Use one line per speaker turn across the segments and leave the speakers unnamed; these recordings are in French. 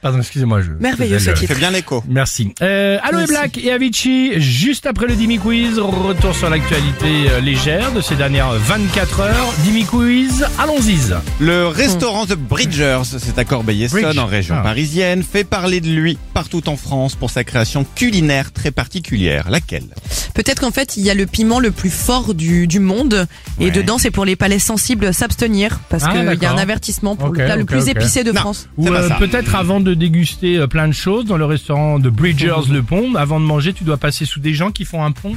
Pardon, excusez-moi. Je...
Merveilleux ce
faisais le-
titre.
Fais bien l'écho.
Merci. Euh, Allo et
Merci.
Black et Avicii, juste après le Dimi Quiz, retour sur l'actualité euh, légère de ces dernières 24 heures. Dimi Quiz, allons-y.
Le restaurant The Bridgers, c'est à
Bridge.
Corbeil-Essonne en région
Ah.
parisienne, fait parler de lui partout en France pour sa création culinaire très particulière. Laquelle
Peut-être qu'en fait, il y a le piment le plus fort du, du monde. Et
Ouais.
dedans, c'est pour les palais sensibles s'abstenir. Parce
Ah,
qu'il y a un
d'accord.
avertissement pour
Ok,
le plat le
ok,
plus
ok.
épicé de
Non.
France.
Ou
C'est pas
euh,
ça.
peut-être avant de déguster euh, plein de choses dans le restaurant de Bridgers le Pont, avant de manger, tu dois passer sous des gens qui font un pont.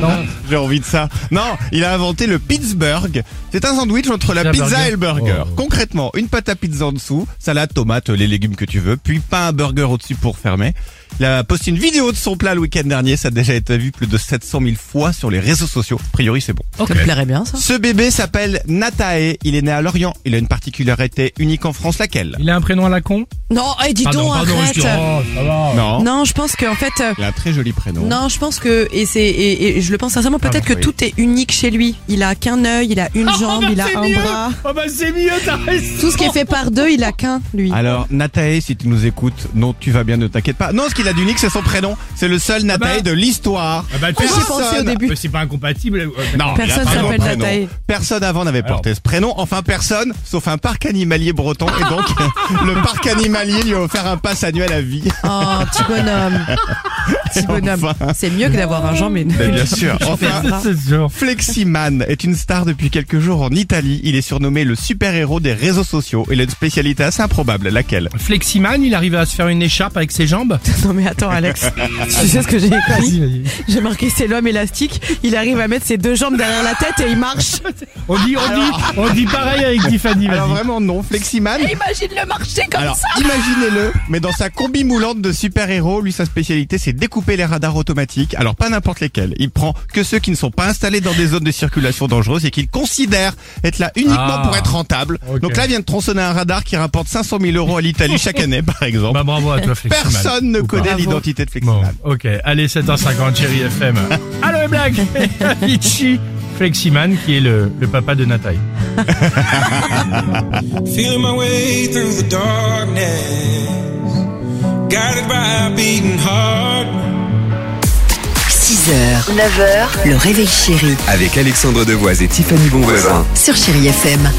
non.
J'ai envie de ça. Non, il a inventé le Pittsburgh. C'est un sandwich entre la
Pizza
pizza
burger.
et le burger.
Oh.
Concrètement, une pâte à pizza en dessous, salade, tomate, les légumes que tu veux, puis pas un burger au-dessus pour fermer. Il a posté une vidéo de son plat le week-end dernier. Ça a déjà été vu plus de 700 000 fois sur les réseaux sociaux. A priori, c'est bon.
Ça me plairait bien, ça.
Ce bébé s'appelle Natae. Il est né à Lorient. Il a une particularité unique en France. Laquelle
Il a un prénom à la con
Non, eh, dis donc, arrête.
excuse- oh, ça va.
Non.
Non, je pense qu'en fait, euh,
Il a un très joli prénom.
non, je pense que, et c'est, et, et je le pense sincèrement,
Ah,
peut-être que
oui. Ah,
tout est unique chez lui. Il a qu'un œil, il a une
Oh,
jambe,
bah,
il a
c'est
un
mieux.
bras.
Oh bah c'est mieux, t'as raison.
Tout ce qui est fait par deux, il a qu'un, lui.
Alors, Natae, si tu nous écoutes, non, tu vas bien, ne t'inquiète pas. Non, ce qu'il a d'unique, c'est son prénom. C'est le seul Natae
bah.
de l'histoire.
Ah bah,
J'y
personne-
pensais au début.
Mais c'est pas incompatible. euh,
Non, il
Personne
a pas
s'appelle
de prénom.
Natae.
Personne avant n'avait
Alors.
porté ce prénom. Enfin, personne, sauf un parc animalier breton. Et donc, le parc animalier lui a offert un pass annuel à vie.
Oh, petit bonhomme. Petit bonhomme.
Ah, Enfin.
C'est mieux que d'avoir un jambe et une-
Ben, bien sûr. Enfin,
C'est sûr.
Fleximan est une star depuis quelques jours en Italie. Il est surnommé le super-héros des réseaux sociaux. Il a une spécialité assez improbable. Laquelle
Fleximan, il arrive à se faire une écharpe avec ses jambes.
Non mais attends Alex, tu sais ce que j'ai écrit
vas-y.
J'ai marqué c'est l'homme élastique, il arrive à mettre ses deux jambes derrière la tête et il marche.
On dit, on dit, on dit pareil avec Tiffany.
Alors
Vas-y.
vraiment non, Fleximan.
Imagine le marcher comme
Alors imaginez-le, mais dans sa combi moulante de super-héros, lui sa spécialité c'est découper les radars automatiques. Alors pas n'importe lesquels. Il prend que ceux qui ne sont pas installés dans des zones de circulation dangereuses et qu'il considère être là uniquement
Ah.
pour être rentable.
Ok.
Donc là vient de tronçonner un radar qui rapporte 500 000 euros à l'Italie chaque année par exemple.
Bah bravo à toi Fleximan.
Personne ne
Ou pas.
connaît
Bravo.
l'identité de
Bon,
Fleximan.
ok. Allez, 7h50, chérie FM. Allô, les blagues Et Avicii, Fleximan, qui est le, le papa de Nathalie.
Feeling my way through the darkness, guided by a beating heart.
6h, 9h, le réveil chéri
Avec Alexandre Devoise et Tiffany Bonvoisin.
sur Chérie FM.